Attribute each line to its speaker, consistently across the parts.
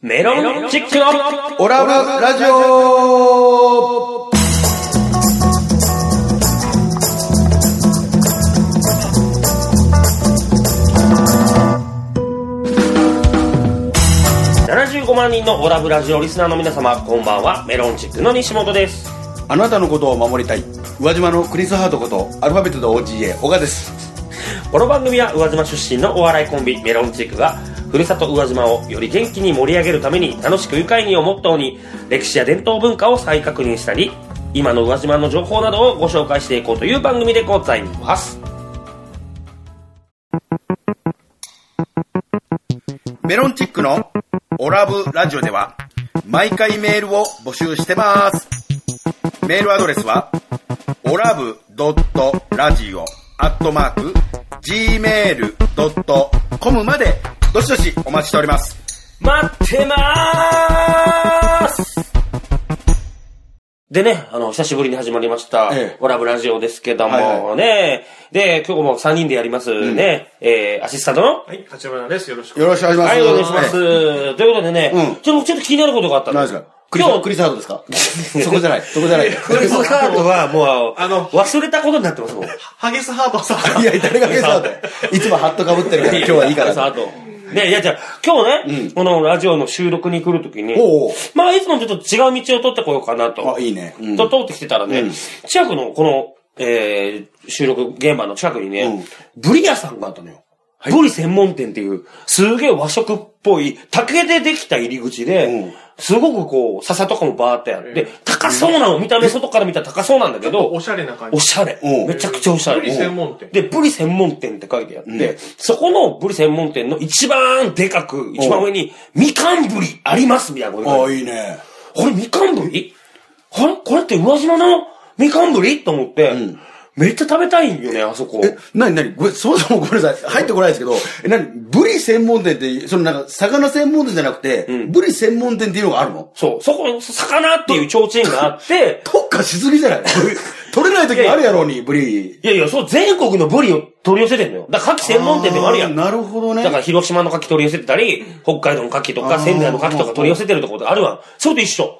Speaker 1: メロンチックの
Speaker 2: オラブラジオ
Speaker 1: 75万人のオラブラジオリスナーの皆様、こんばんは。メロンチックの西本です。
Speaker 2: あなたのことを守りたい宇和島のクリス・ハートことアルファベットと OGA 小賀です
Speaker 1: この番組は宇和島出身のお笑いコンビメロンチックが、ふるさと宇和島をより元気に盛り上げるために楽しく愉快にをモットーに、歴史や伝統文化を再確認したり、今の宇和島の情報などをご紹介していこうという番組でございます。
Speaker 2: メロンチックのオラブラジオでは毎回メールを募集してますメールアドレスはオラブドットラジオアットマーク gmail.com までどしどしお待ちしております
Speaker 1: 待ってまーすでね、あの、久しぶりに始まりました、
Speaker 2: ええ
Speaker 1: オラブラジオですけどもね、
Speaker 2: は
Speaker 1: で、今日も3人でやりますね、えー、アシスタントの
Speaker 3: はい、八村です。よろしく。
Speaker 2: よろしくお願いしま
Speaker 1: は
Speaker 2: す
Speaker 1: い、お願いします。ということでね、
Speaker 2: うん
Speaker 1: ちょっと、ちょっと気になることがあったん
Speaker 2: 何
Speaker 1: で
Speaker 2: ですすかクリス
Speaker 1: 今日、
Speaker 2: クリスハートですか そこじゃない、そこじゃない。
Speaker 1: クリスカードはもう、あ
Speaker 3: あ
Speaker 1: の、
Speaker 3: の
Speaker 1: 忘れたことになってますもん。い
Speaker 3: ハゲスハートさん。
Speaker 2: いや、誰がクリスハートいつもハットかぶってるから、今日はいいから。
Speaker 1: さ、あと。ね、いや、じゃあ、今日ね、このラジオの収録に来るときに、
Speaker 2: おうおう
Speaker 1: まあ、いつもちょっと違う道を取ってこようかなと。
Speaker 2: あ、いいね。うん
Speaker 1: と通ってきてたらね、近くのこの、えー、収録現場の近くにね、ブリ屋さんがあったのよ。ブリ専門店っていう、すげえ和食っぽい、竹でできた入り口で、
Speaker 2: うん
Speaker 1: すごくこう、笹とかもバーってあって、高そうなの、見た目外から見たら高そうなんだけど、
Speaker 3: おしゃれな感じ。
Speaker 1: おしゃれ。
Speaker 2: うん
Speaker 1: めちゃくちゃおしゃれ。
Speaker 3: ブリ専門店
Speaker 1: で、ブリ専門店って書いてあって、そこのブリ専門店の一番でかく、一番上に、みかんぶりありますみたいなことが書いてあって
Speaker 2: あ、いいね。
Speaker 1: これみかんぶりあれこれって宇和島のみかんぶりと思って、めっちゃ食べたいんよね、あそこ。
Speaker 2: え、なになにごめんそもそもごめんなさい。入ってこないですけど、え、なにブリ専門店って、そのなんか、魚専門店じゃなくて、ブリ専門店っていうのがあるの
Speaker 1: そう、そこ、魚っていう提灯があって、
Speaker 2: 特化しすぎじゃない取れない時もあるやろうに、ブリ。
Speaker 1: いやいや、そう、全国のブリを取り寄せてんのよ。だから、牡蠣専門店でもあるやん。
Speaker 2: ーなるほどね。
Speaker 1: だから、広島の牡蠣取り寄せてたり、北海道の牡蠣とか、
Speaker 2: あー
Speaker 1: 仙台の牡蠣とか取り寄せてるとこであるわん。それと一緒。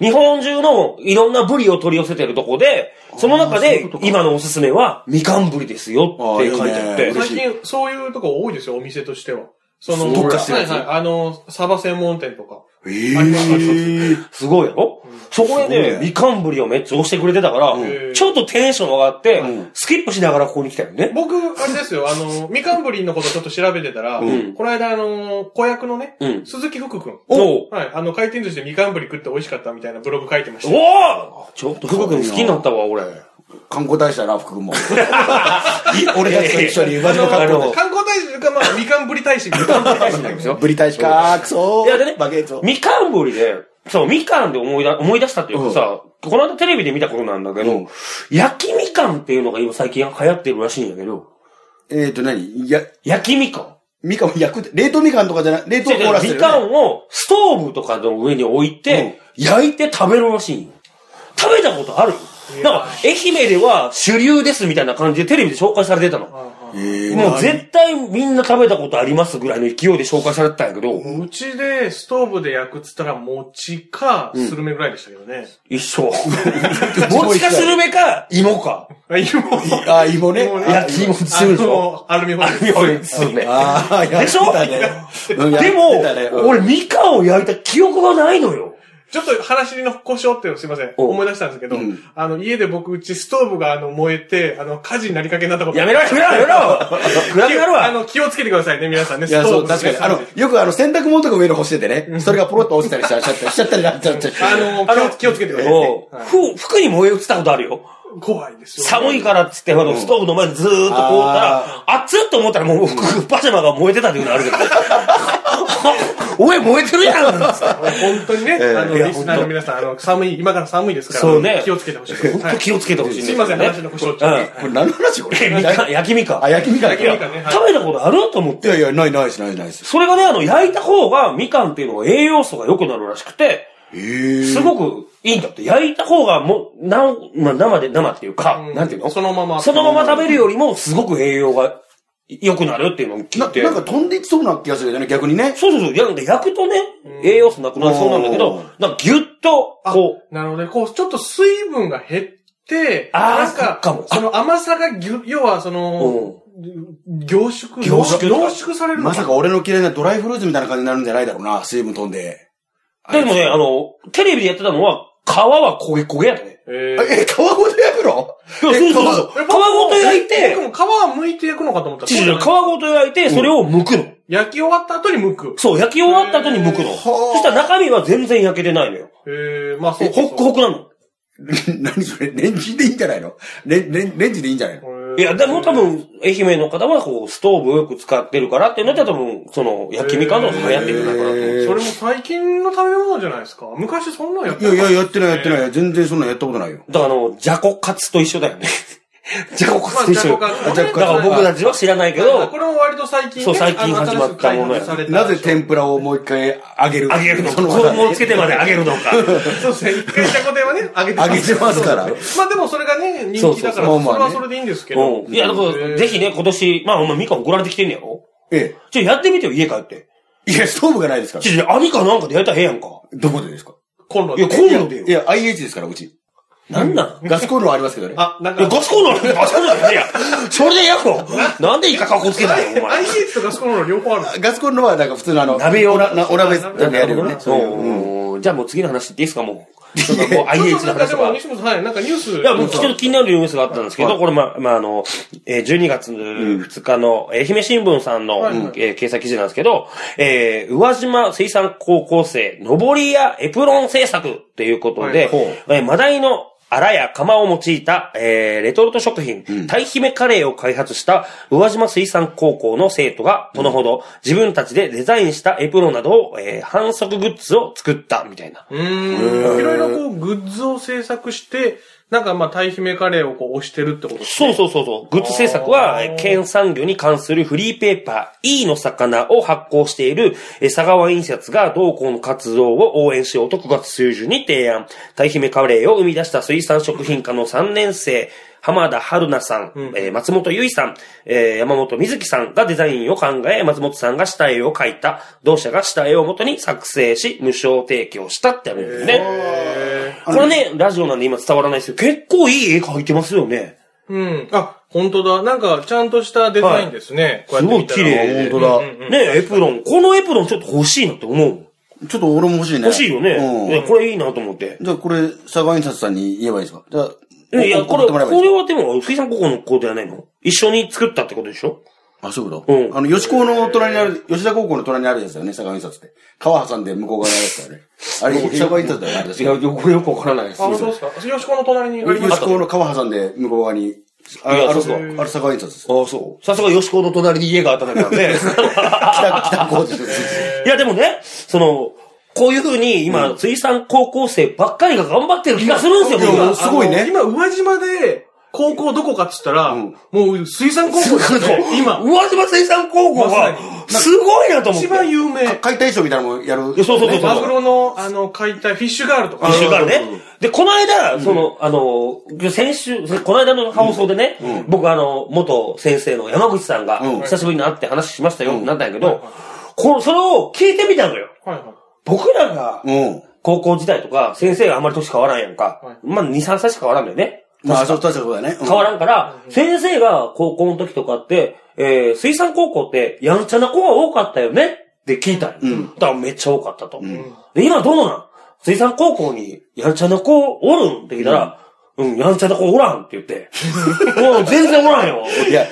Speaker 1: 日本中のいろんなブリを取り寄せてるとこで、その中で、今のおすすめは、みかんぶりですよって書いてあっ
Speaker 2: あーい
Speaker 1: て
Speaker 2: いね。
Speaker 3: 最近、そういうとこ多いですよ、お店としては。その、
Speaker 2: 特化してる
Speaker 3: は
Speaker 2: や
Speaker 3: い
Speaker 2: つ
Speaker 3: はい。あの、サバ専門店とか。
Speaker 2: え
Speaker 3: ありますあ
Speaker 2: ー。
Speaker 1: すごいやろ、そこで
Speaker 2: すご
Speaker 1: ね、
Speaker 2: いね
Speaker 1: みかんぶりをめっちゃ押してくれてたから、
Speaker 3: ん
Speaker 1: ちょっとテンション上がって、
Speaker 2: ん
Speaker 1: スキップしながらここに来たよね。
Speaker 3: 僕、あれですよ、あの、みかんぶりんのことちょっと調べてたら、
Speaker 1: ん
Speaker 3: この間、あの、子役のね、
Speaker 1: うん
Speaker 3: 鈴木福くん。
Speaker 1: おお
Speaker 3: はい、あの、回転寿司でみかんぶり食って美味しかったみたいなブログ書いてました。
Speaker 1: おーちょっと福君好きになったわ、俺。
Speaker 2: 観光大使だな、福 君も。俺たちと一緒に、馬
Speaker 3: あ
Speaker 2: 島
Speaker 3: の
Speaker 2: 観光
Speaker 1: あの
Speaker 2: 大
Speaker 3: 観光大使というか、まあ、みかんぶり大使。みかんぶり大使なんです
Speaker 2: 使。ブリ大使かー、くそー。
Speaker 1: いやでね
Speaker 2: バケツを、
Speaker 1: みかんぶりで、そう、みかんで思いだ思い出したというかさ、この間テレビで見たことなんだけど、
Speaker 2: うん
Speaker 1: 焼きみかんっていうのが今最近流行ってるらしいんだけど、
Speaker 2: えーと、なにや、
Speaker 1: 焼きみかん。
Speaker 2: みかんを焼くって、冷凍みかんとかじゃない、冷凍
Speaker 1: 違う
Speaker 2: 凍らせ
Speaker 1: 違うみ
Speaker 2: てる、
Speaker 1: か
Speaker 2: ね。
Speaker 1: んをストーブとかの上に置いて、焼いて食べるらしいんよ食べたことある
Speaker 3: いや
Speaker 1: なんか、愛媛では主流ですみたいな感じでテレビで紹介されてたの。も
Speaker 3: はいは
Speaker 2: えー
Speaker 1: う絶対みんな食べたことありますぐらいの勢いで紹介されてたんやけど、
Speaker 3: いうちでストーブで焼くっつったら、餅か、スルメぐらいでしたけどね。
Speaker 1: 一 緒。もちかスルメか、芋か。
Speaker 3: あ、芋。
Speaker 2: まあ、芋ね。
Speaker 3: 芋ね
Speaker 1: 焼き芋するでしょ。
Speaker 3: あのアルミホイル。
Speaker 1: 芋スルメ。
Speaker 2: ああ、や
Speaker 1: でしょ
Speaker 2: ってたねうんやっ
Speaker 1: で
Speaker 2: て
Speaker 1: も
Speaker 2: たねう、ん
Speaker 1: 俺みかんを焼いた記憶がないのよ。
Speaker 3: ちょっと話の故障っていうのすいません。
Speaker 1: お
Speaker 3: 思い出したんですけど、
Speaker 2: うん
Speaker 3: あの、家で僕、うちストーブがあの、燃えて、あの、火事になりかけになったこと
Speaker 1: やめろやめろやめろ 暗くなるわ。
Speaker 3: あの、気をつけてくださいね、皆さんね、
Speaker 2: いや、
Speaker 3: ス
Speaker 2: そう、
Speaker 3: トーブのね、
Speaker 2: 確かに。あの
Speaker 3: 火、
Speaker 2: よくあの、洗濯物とか上の干しててね、それがポロッと落ちたりしちゃしちゃったりしちゃったりなっちゃって。
Speaker 3: 事あの、
Speaker 1: あの
Speaker 3: 気を気をつけてくださいね
Speaker 1: も。うふ服に燃え移ったことあるよ。
Speaker 3: 怖いですよ。
Speaker 1: 寒
Speaker 3: い。
Speaker 1: いからっつって、あの、ストーブの前にずーっとこうたら、熱っと思ったらもう、服パジャマが燃えてたっていうのあるけど。おい、燃えてるやんっつって
Speaker 3: 本当にね、あの、
Speaker 1: いや
Speaker 3: リスナーの皆さん、あの、寒い、今から寒いですから、
Speaker 1: そうね
Speaker 3: 気をつけてほしいです。
Speaker 1: 本当気をつけてほしいんですよ
Speaker 3: い
Speaker 1: ね
Speaker 3: ません、話の故障
Speaker 1: うん
Speaker 3: 中。
Speaker 2: これ何の話これ
Speaker 1: えみかん焼きみかん。
Speaker 2: あ、焼きみかん
Speaker 3: 焼きみか
Speaker 2: い
Speaker 3: んねはい
Speaker 1: 食べたことあると思って。
Speaker 2: やいや、ないないしないないです。
Speaker 1: それがね、あの、焼いた方が、みかんっていうのは栄養素が良くなるらしくて、
Speaker 2: えー。
Speaker 1: すごくいいんだって。焼いた方が、もう、な、まあ、生で、生っていうか、
Speaker 3: うん
Speaker 1: なんていうの
Speaker 3: そのまま。
Speaker 1: そのまま食べるよりも、すごく栄養が良くなるっていうのを聞
Speaker 4: ない
Speaker 1: て。
Speaker 4: なんか飛んでいきそうな気がするよね、逆にね。
Speaker 1: そうそうそう。いや、なんか焼くとね、
Speaker 3: うん
Speaker 1: 栄養素なくなりそうなんだけ
Speaker 4: う
Speaker 1: ど
Speaker 4: ん、
Speaker 1: なんかギュッと、
Speaker 3: あ
Speaker 1: こう、
Speaker 3: なるほどね。こう、ちょっと水分が減って、
Speaker 1: あー
Speaker 3: なん
Speaker 1: そっかも
Speaker 3: か、その甘さがぎゅ、要はその、凝縮、
Speaker 1: 凝縮
Speaker 3: 濃縮されるの
Speaker 4: まさか俺の嫌いなドライフルーツみたいな感じになるんじゃないだろうな、水分飛んで。
Speaker 1: でもね、あの、テレビでやってたのは、皮は焦げ焦げやったね。
Speaker 3: えー
Speaker 4: え、皮ごと焼く
Speaker 1: い
Speaker 4: の
Speaker 1: やそうそうそう。皮
Speaker 3: え僕も
Speaker 1: ごと焼いて
Speaker 3: 僕、も皮は剥いて焼くのかと思った。
Speaker 1: 違う違う皮ごと焼いて、それを剥くの。
Speaker 3: 焼き終わった後に剥く。
Speaker 1: そう、焼き終わった後に剥く
Speaker 4: へ
Speaker 1: の。
Speaker 4: ー
Speaker 1: そしたら中身は全然焼けてないのよ。
Speaker 3: えー、まあそ
Speaker 1: ホ
Speaker 3: うそう
Speaker 1: ックホクなの。
Speaker 4: 何それ、レンジでいいんじゃないのレン、レン、レンジでいいんじゃないの
Speaker 1: いや、でも多、分、愛媛の方は、こう、ストーブをよく使ってるからっていうので、多分、その、焼きみかんの方が流行ってるんだからと思う。
Speaker 3: へーそれも最近の食べ物じゃないですか。昔そんなんやって
Speaker 4: いやいや、やってないやって
Speaker 3: い。
Speaker 4: ない。全然そんなんやったことないよ。
Speaker 1: だから、あの、じゃこカツと一緒だよね。 じゃこカ
Speaker 3: ま
Speaker 1: ツ
Speaker 3: あ、
Speaker 1: と
Speaker 3: じ
Speaker 1: 一
Speaker 3: ゃ
Speaker 1: 緒
Speaker 3: こ
Speaker 1: よ。
Speaker 3: か、
Speaker 4: あじゃこ
Speaker 1: だから僕たちは知らないけど
Speaker 3: こ、れも割と最近ね、
Speaker 1: そう最近始まったものや
Speaker 3: あの新しく開発された
Speaker 4: なぜ天ぷらをもう一回揚げる
Speaker 1: 揚げるの
Speaker 4: そ
Speaker 1: か、
Speaker 4: の
Speaker 1: 衣をつけてまで揚げるのか。
Speaker 3: そうですね。一回じゃこ天はね、揚げてます。
Speaker 4: 揚げてますから
Speaker 3: そうそうまあでもそれがね、人気だから、そう
Speaker 4: そそうそうまあ
Speaker 3: れ
Speaker 4: まあ
Speaker 3: は
Speaker 4: ね
Speaker 3: それでいいんですけど。
Speaker 1: うん。いや、だから、ぜひね、今年、まあ、お前みかん送られてきてんねやろ
Speaker 4: え
Speaker 1: ちょ、やってみてよ、家帰って。
Speaker 4: え。いや、ストーブがないですから
Speaker 1: ち。ょ、ちょ網かなんかでやったらええやんか。
Speaker 4: どこでですか
Speaker 3: コンロ
Speaker 1: いや、
Speaker 3: で。
Speaker 1: コンロで
Speaker 4: い
Speaker 1: よ。
Speaker 4: や、IH ですから、うち。
Speaker 1: なんなん
Speaker 4: ガスコンロはありますけどね。
Speaker 3: あ、なん
Speaker 1: いや、
Speaker 3: か、
Speaker 1: ガスコンロなんてガスコンロじゃねえや。それで焼くのなんでイカかっこつけたんや、お前。
Speaker 3: IH とガスコンロ両方あるんです
Speaker 4: ガスコンロはなんか普通のあの、
Speaker 1: 鍋用
Speaker 4: おなお鍋
Speaker 3: 鍋
Speaker 4: なんかやるよね。
Speaker 1: そう
Speaker 4: い
Speaker 1: うんじゃあもう次の話言っていいですか、もう。ちょっと もう
Speaker 3: ちょ
Speaker 1: IH
Speaker 3: っとな
Speaker 1: の
Speaker 3: んか
Speaker 1: 話
Speaker 3: で
Speaker 1: と
Speaker 3: も、
Speaker 1: か。
Speaker 3: 西本さん、はい、なんかニュース。
Speaker 1: いや、僕、ちょっと気になるニュースがあったんですけど、これ、ま、まあ、あの、えー12月2日の、えー愛媛新聞さんの、
Speaker 3: はいはい
Speaker 1: えー掲載記事なんですけど、えー、宇和島水産高校生、のぼりやエプロン製作っていうことで、
Speaker 3: はい
Speaker 4: ほう
Speaker 1: えーマダイのアラや釜を用いた、えーレトルト食品、タイヒメカレーを開発した宇和島水産高校の生徒が、このほど自分たちでデザインしたエプロンなどを、えー反則グッズを作った、みたいな。
Speaker 3: うーん。いろいろこう、グッズを制作して、なんかまあ、タイ姫カレーをこう、押してるってことです。
Speaker 1: そうそうそうそう。グッズ制作は、えー県産業に関するフリーペーパー E の魚を発行しているえー佐川印刷が同校の活動を応援しようと9月中旬に提案。タイ姫カレーを生み出した水産食品科の3年生、浜田春菜さん、えー松本由衣さん、えー山本瑞希さんがデザインを考え、松本さんが下絵を描いた、同社が下絵を元に作成し、無償提供したってあるんですね。これね、ラジオなんで今伝わらないですけど、結構いい絵描いてますよね。
Speaker 3: うん。あ、本当だ。なんか、ちゃんとしたデザインですね。こう
Speaker 1: す
Speaker 3: やって
Speaker 1: ご
Speaker 3: 見
Speaker 1: い
Speaker 3: た
Speaker 1: 綺
Speaker 3: ら
Speaker 1: 麗。
Speaker 4: 本当だ
Speaker 1: ねえ、エプロン。このエプロンちょっと欲しいなって思う。
Speaker 4: ちょっと俺も欲しいね。
Speaker 1: 欲しいよね。
Speaker 4: う
Speaker 1: ね
Speaker 4: ん。
Speaker 1: これいいなと思って。
Speaker 4: じゃあこれ、佐川印刷さんに言えばいいですかじゃあ、
Speaker 1: いや、これ、
Speaker 4: 送って
Speaker 1: これ
Speaker 4: もらえばいいです
Speaker 1: はでも、水産高校の子ではないの一緒に作ったってことでしょ
Speaker 4: かあ、そういうこと、
Speaker 1: うん
Speaker 4: あの、吉高の隣にある、吉田高校の隣にあるやつだよね、佐川印刷って。川挟んで向こう側にあるやつだよね。あれ、佐川印刷だよね。
Speaker 1: う、これよくわからないで
Speaker 3: あ、本当ですか。吉子の隣にありまし
Speaker 4: 吉
Speaker 3: た。
Speaker 4: 高の川挟んで向こう側に、あ
Speaker 1: いや
Speaker 4: ある、
Speaker 1: そう
Speaker 4: ある佐川印刷です。
Speaker 1: ああ、そう。さすが吉子の隣に家があっただけなん で。
Speaker 4: 北、北高です。
Speaker 1: いや、でもね、その、こういう風に今、水産高校生ばっかりが頑張ってる気がするんですよ、
Speaker 4: い
Speaker 1: 僕
Speaker 4: やもうすごいね
Speaker 3: あの今、宇和島で、高校どこかっつったら、
Speaker 4: ん
Speaker 3: もう、水産高校ですね。今、
Speaker 1: 宇和島水産高校
Speaker 3: まさ
Speaker 1: は、すごいなと思って。
Speaker 3: 一番有名。
Speaker 4: か解体ショーみたいなのもやる。
Speaker 1: やそうそうそう
Speaker 3: ねマグロの、あの、解体、フィッシュガールとか。
Speaker 1: 一週間
Speaker 4: うんうんう
Speaker 1: ね。で、この間、その、あの、先週、この間の放送でね、僕あの、元先生の山口さんが、
Speaker 4: うん
Speaker 1: 久しぶりに会って話しましたよ、なんだけど、この、それを聞いてみたのよ。
Speaker 3: はいはい。
Speaker 1: 僕らが、
Speaker 4: うん。
Speaker 1: 高校時代とか、先生があんまり年変わらんやんか。
Speaker 3: はい
Speaker 1: まあ、2、3歳しか変わらんだよね。
Speaker 4: まあ、そう、確かそうだね。うん
Speaker 1: 変わらんから、先生が高校の時とかって、えー、水産高校って、やんちゃな子が多かったよねって聞いたよ。
Speaker 4: うん
Speaker 1: だからめっちゃ多かったと。
Speaker 4: ん
Speaker 1: で、今どうなん水産高校に、やんちゃな子おるんって聞いたら、うん、やんちゃな子おらんって言っ て。うん、全然おらんよ。
Speaker 4: いや、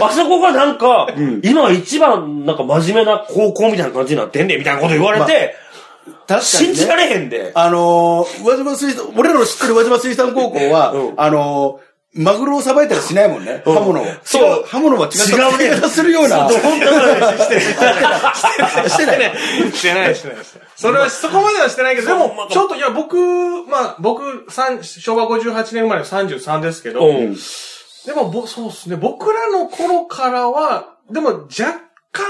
Speaker 1: あそこがなんか、今一番なんか真面目な高校みたいな感じになってんねみたいなこと言われて、
Speaker 4: 確かに、ね。
Speaker 1: 信じられへんで。
Speaker 4: あのー、宇和島水産、俺らの知ってる宇和島水産高校は、
Speaker 1: うん
Speaker 4: あのー、マグロをさばいたりしないもんね。刃物を。
Speaker 1: そう
Speaker 4: 違刃物は違った
Speaker 1: 違うね
Speaker 4: 違ったするような。
Speaker 1: 本当 だね
Speaker 4: してない。
Speaker 3: してない、 してない、してない。それは、そこまではしてないけど、でも、ちょっと、いや、僕、まあ、僕、三昭和58年生まれの33ですけど、
Speaker 1: うん
Speaker 3: でも、ぼ、そうですね。僕らの頃からは、でも、若干、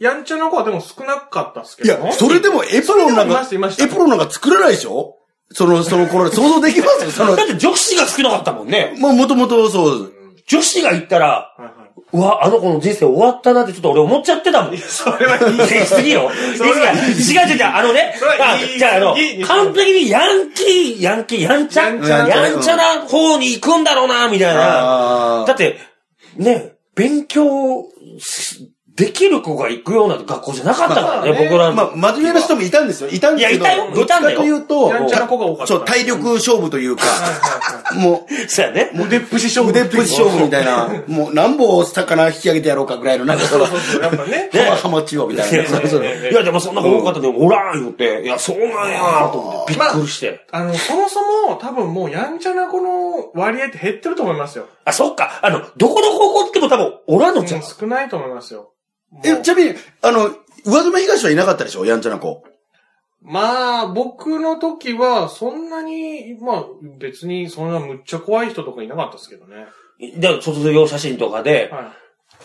Speaker 3: やんちゃな子はでも少なかったっすけ
Speaker 4: い
Speaker 3: ど。
Speaker 4: や、それでもエプロンなん
Speaker 3: それでもいま
Speaker 4: か
Speaker 3: したいまし、た
Speaker 4: エプロンなんか作らないでしょその、その頃、想像できますよ。その
Speaker 1: だっ、て女子が少なかったもんね。
Speaker 4: もうもともとそう。
Speaker 1: 女子が行ったら、
Speaker 3: はいはい
Speaker 1: うわ、あの子の人生終わったなってちょっと俺思っちゃってたもん。
Speaker 3: それはいい。
Speaker 1: 言い過ぎよ。
Speaker 3: それは
Speaker 1: 言い過ぎ違う違う違う、あのね
Speaker 3: それ、は
Speaker 1: あ
Speaker 3: 言い過ぎ
Speaker 1: じゃああの
Speaker 3: 言い、過ぎ
Speaker 1: 完璧にヤンキー、ヤンキー、やんちゃ、
Speaker 3: や
Speaker 1: や
Speaker 3: ん
Speaker 1: ん
Speaker 3: ち
Speaker 1: ち
Speaker 3: ゃな
Speaker 1: ゃな方に行くんだろうな、みたいな。
Speaker 4: あ
Speaker 1: だって、ね、勉強しできる子が行くような学校じゃなかったからね、
Speaker 3: まあね
Speaker 1: 僕
Speaker 4: あ。
Speaker 1: ら
Speaker 4: ま
Speaker 1: の。
Speaker 4: あ、真面目な人もいたんですよ。いたんですけど。
Speaker 1: いやいたよ
Speaker 4: どっちかというと、
Speaker 3: やんちゃな子が多かった
Speaker 4: そう、体力勝負というか、も
Speaker 1: そうやね。
Speaker 4: う、腕っぷし勝負。腕っぷし勝負みたいな、もう何本魚引き上げてやろうかぐらいの、なんかその、
Speaker 3: そうそう、やっぱね。
Speaker 4: ハマハマチをみたい
Speaker 1: い
Speaker 4: な
Speaker 1: や、
Speaker 4: ね。
Speaker 1: そうそういやでもそんな子多かったでも、おらん言って、いや、そうなんやなと思って、びっくりして。
Speaker 3: あの、そもそも、多分もう、やんちゃな子の割合って減ってると思いますよ。
Speaker 1: あ、そっか。あの、どこの高校行っても多分、おらんのちゃ
Speaker 3: う、
Speaker 1: うん
Speaker 3: 少ないと思いますよ。もう
Speaker 4: え、ちなみに、あの、上妻東はいなかったでしょやんちゃな子。
Speaker 3: まあ、僕の時は、そんなに、まあ、別に、そんなむっちゃ怖い人とかいなかったですけどね。
Speaker 1: で、卒業写真とかで、
Speaker 3: はい。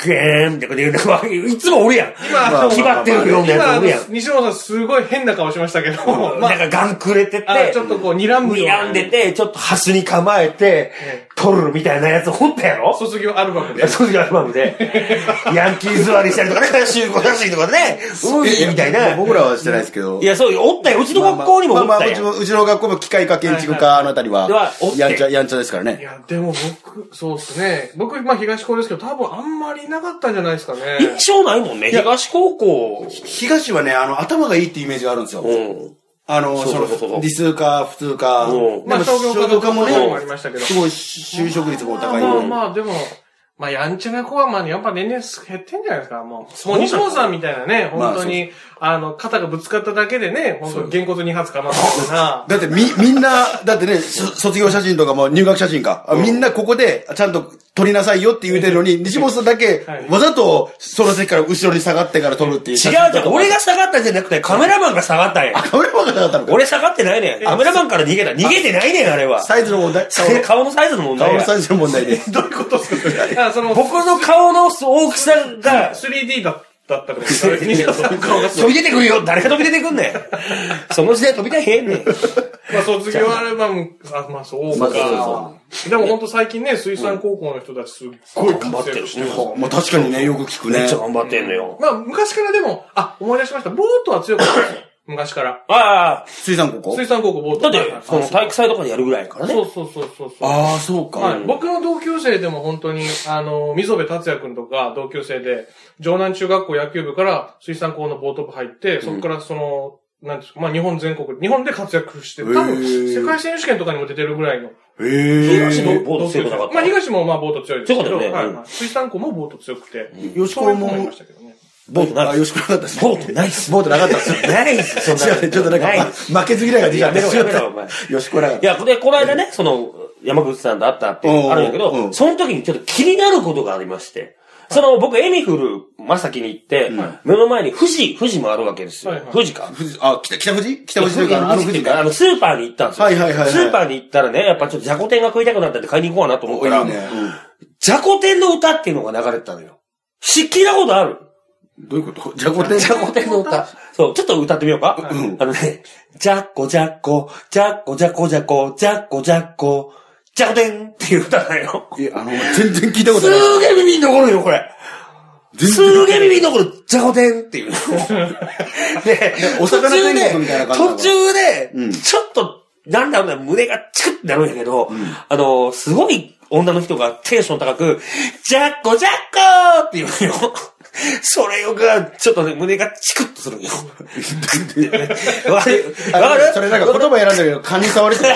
Speaker 1: グエーンってこう言うのが、 いつもおるやん。
Speaker 3: 今、
Speaker 1: 決まってるようなやつ
Speaker 3: 今
Speaker 1: おるやん、。
Speaker 3: 西本さんすごい変な顔しましたけど、ま
Speaker 1: なんかガンくれてて、
Speaker 3: あ、あちょっとこう、睨むような
Speaker 1: 睨んでて、ちょっと端に構えて
Speaker 3: え、
Speaker 1: 取るみたいなやつ本ったやろ
Speaker 3: 卒業アルバム
Speaker 1: い
Speaker 3: で
Speaker 1: や。卒業アルバム で、ヤンキー座りしたりとかね、 集合写真とかね、ういみたいな。
Speaker 4: 僕らはしてないですけど。
Speaker 1: いや、そう、おったよ。うちの
Speaker 4: まあまあ、
Speaker 1: 学校にもお
Speaker 4: まあ
Speaker 1: っ
Speaker 4: ま
Speaker 1: た
Speaker 4: あ、うち
Speaker 1: よ。
Speaker 4: もうちの学校も機械科建築科あのあたりは
Speaker 1: ではおっ、て
Speaker 4: やんちゃ、やんちゃですから
Speaker 3: い
Speaker 4: ね。
Speaker 3: や、でも僕、そうですね。僕、まあ、東高ですけど、多分あんまりいなかったんじゃないですかね。
Speaker 1: 印象ないもんね。
Speaker 4: や
Speaker 1: 東高校。
Speaker 4: 東はね、あの、頭がいいっていうイメージがあるんですよ。
Speaker 1: うん。
Speaker 4: あの、
Speaker 1: そう
Speaker 4: そ
Speaker 1: そう
Speaker 4: の
Speaker 1: そうそう、
Speaker 4: 理数科、普通科
Speaker 1: うん。
Speaker 3: まあ、
Speaker 4: で
Speaker 3: 商
Speaker 4: も
Speaker 3: 業科とかも
Speaker 4: 商業
Speaker 3: もあ
Speaker 4: 科
Speaker 3: り
Speaker 4: も
Speaker 3: ましたけ
Speaker 4: ね、
Speaker 3: ど。
Speaker 4: すごい就職率も高い。
Speaker 3: まあまあ、でも、まあ、やんちゃな子は、まあ、やっぱ年々減ってんじゃないですか、もう。もう西本さんみたいなね、
Speaker 4: まあ
Speaker 3: 本当に、あの、肩がぶつかっただけでね、本当にげんこつ2発かまって な。
Speaker 4: だってみ、みんな、だってね、そ卒業写真とかも入学写真か。あみんなここで、ちゃんと撮りなさいよって言うてるのに、西本さんだけ
Speaker 3: はい、
Speaker 4: わざと、その席から後ろに下がってから撮るっていう
Speaker 1: 違
Speaker 4: 写
Speaker 1: う
Speaker 4: 真とか。
Speaker 1: じゃん。俺が下がったんじゃなくて、カメラマンが下がったんや。
Speaker 4: カメラマンがなかったのか。
Speaker 1: 俺下がってないねん。カメラマンから逃げた。逃げてないねん、あれは。
Speaker 4: サイズの問題。顔
Speaker 1: 顔顔のサイズの問題
Speaker 4: 顔
Speaker 1: や
Speaker 4: の。サイズの問題で。
Speaker 3: どういうことですかあその、
Speaker 1: 僕の顔の大きさが、
Speaker 3: 3D だったってことですか西本さんの顔が。
Speaker 1: 飛び出てくるよ誰か飛び出てくんね んその時代飛び出へんねん。
Speaker 3: まあ、卒業アルバム、あまあ、そう
Speaker 4: まあそうそ
Speaker 3: か。でも本当最近ね、水産高校の人たちすっごい活躍してます。
Speaker 4: まあ確かにね、よく聞く
Speaker 1: め
Speaker 4: ね
Speaker 1: っち。ゃ頑張ってんのよ。
Speaker 3: まあ、昔からでも、あ、思い出しました。ボートは強かったですよ。昔から。
Speaker 1: ああ、
Speaker 4: 水産高校
Speaker 3: 水産高校ボー
Speaker 1: だ
Speaker 3: ト。
Speaker 1: って、その体育祭とかでやるぐらいやからね。
Speaker 3: そうそうそうそうそう。
Speaker 4: ああ、そうか。
Speaker 3: はい、僕の同級生でも本当に、あの、溝部達也くんとか同級生で、城南中学校野球部から水産高のボート部入って、そこからその、なんですか、まあ、日本全国、日本で活躍してる。多分、
Speaker 4: へー
Speaker 3: 世界選手権とかにも出てるぐらいの。
Speaker 4: へ
Speaker 1: 東
Speaker 4: え。
Speaker 1: もボート強くなかった
Speaker 3: まあ、東もまあ、ボート強いですけ
Speaker 1: そう
Speaker 3: ど、
Speaker 1: だよね
Speaker 3: はい
Speaker 1: うん
Speaker 3: はい水産高もボート強くて、
Speaker 4: 吉
Speaker 3: そうい
Speaker 4: 高
Speaker 3: うのもあり
Speaker 4: も
Speaker 3: まし、たけどね。
Speaker 1: ボートな
Speaker 4: あ、
Speaker 1: い。
Speaker 4: 吉高なかったですね。
Speaker 1: ボートないっす。
Speaker 4: ボートなかったですよ。
Speaker 1: ないっす。そんな。
Speaker 4: 違うねちょっとなんか、
Speaker 1: ない
Speaker 4: ま
Speaker 1: っす
Speaker 4: 負けず嫌いが出ちゃって
Speaker 1: やめろやめろお前
Speaker 4: 吉高なかっ
Speaker 1: い
Speaker 4: た。
Speaker 1: や、で、この間ね、その、山口さんと会ったっていうのがあるんやけ
Speaker 4: うんう
Speaker 1: ど、
Speaker 4: ん
Speaker 1: その時にちょっと気になることがありまして、その、僕、エミフル、まさきに行って、目の前に富士、富士もあるわけですよ
Speaker 3: はいは。い
Speaker 1: 富士か。
Speaker 4: 富士あ、北、北富士北
Speaker 1: いや
Speaker 4: 富士というか、あの富士
Speaker 1: あ
Speaker 4: か。
Speaker 1: の、スーパーに行ったんですよ。
Speaker 4: はいはいはいはい
Speaker 1: スーパーに行ったらね、やっぱちょっとじゃこ天が食いたくなったんで買いに行こうかなと思っ
Speaker 4: お、い
Speaker 1: たら
Speaker 4: い、ね。
Speaker 1: じゃこ天の歌っていうのが流れてたのよ。し、聞いたことある
Speaker 4: どういうことじゃこ天
Speaker 1: じゃこ天の歌。そう、ちょっと歌ってみようか。あのね、じゃこじゃこ、じゃこじゃこじゃこ、じゃこじゃこ、じゃこ天っていう歌だよ。
Speaker 4: え、あの、全然聞いたこ
Speaker 1: す
Speaker 4: とない。
Speaker 1: ーげえ耳に残るよ、これ。すーげえ耳に残る、じゃこ天って いう。で、
Speaker 4: お魚
Speaker 1: 途中
Speaker 4: 天
Speaker 1: で
Speaker 4: 国みたいな感じなの
Speaker 1: 途中で、
Speaker 4: うん
Speaker 1: ちょっと、なんだろうね、胸がチクってなるんやけど、あの、すごい女の人がテンション高く、ジャッコジャッコーって言うのよ。 それよく、ちょっとね、胸がチクッとするよ。 わかる
Speaker 4: あ
Speaker 1: わかる
Speaker 4: のそれなんか言葉選んだけど、勘に触れてる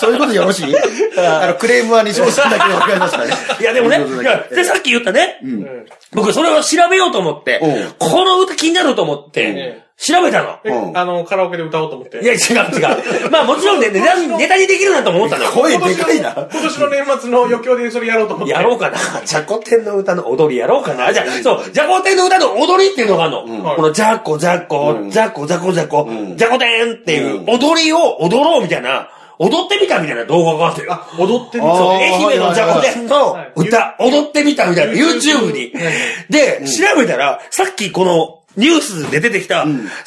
Speaker 4: そういうことよろしいあの、クレームは西本さんだけわかりますからね。
Speaker 1: いや、でもね、
Speaker 4: そういうこと
Speaker 1: い
Speaker 4: だ
Speaker 1: や
Speaker 4: け
Speaker 1: で、さっき言ったね、
Speaker 3: うん
Speaker 1: 僕それを調べようと思って
Speaker 4: うん、
Speaker 1: この歌気になると思って
Speaker 3: ん、
Speaker 1: 調べたの。
Speaker 3: で
Speaker 4: うん
Speaker 3: あの、カラオケで歌おうと思って。
Speaker 1: いや、違う違 う。まあもちろんね、ネタネタにできるなと思ったのよ。
Speaker 4: 声でかいな。
Speaker 3: 今年の年末の余興でそれやろうと思って。
Speaker 1: やろうか な。じゃこ天の歌の踊りやろうかな。じゃあ、そう、じゃこ天の歌の踊りっていうのがあるの。このじゃこじゃこ、じゃこじゃこじゃこ、じゃこ天っていう踊りを踊ろうみたいな、踊ってみたみたいな動画があってよ。
Speaker 3: あ、踊ってみ
Speaker 4: あ
Speaker 3: た。
Speaker 1: そう、愛媛のじゃこ天の
Speaker 3: はい
Speaker 1: 歌、踊ってみたみたいな、YouTube
Speaker 3: YouTube
Speaker 1: に。で、調べたら、さっきこの、ニュースで出てきた、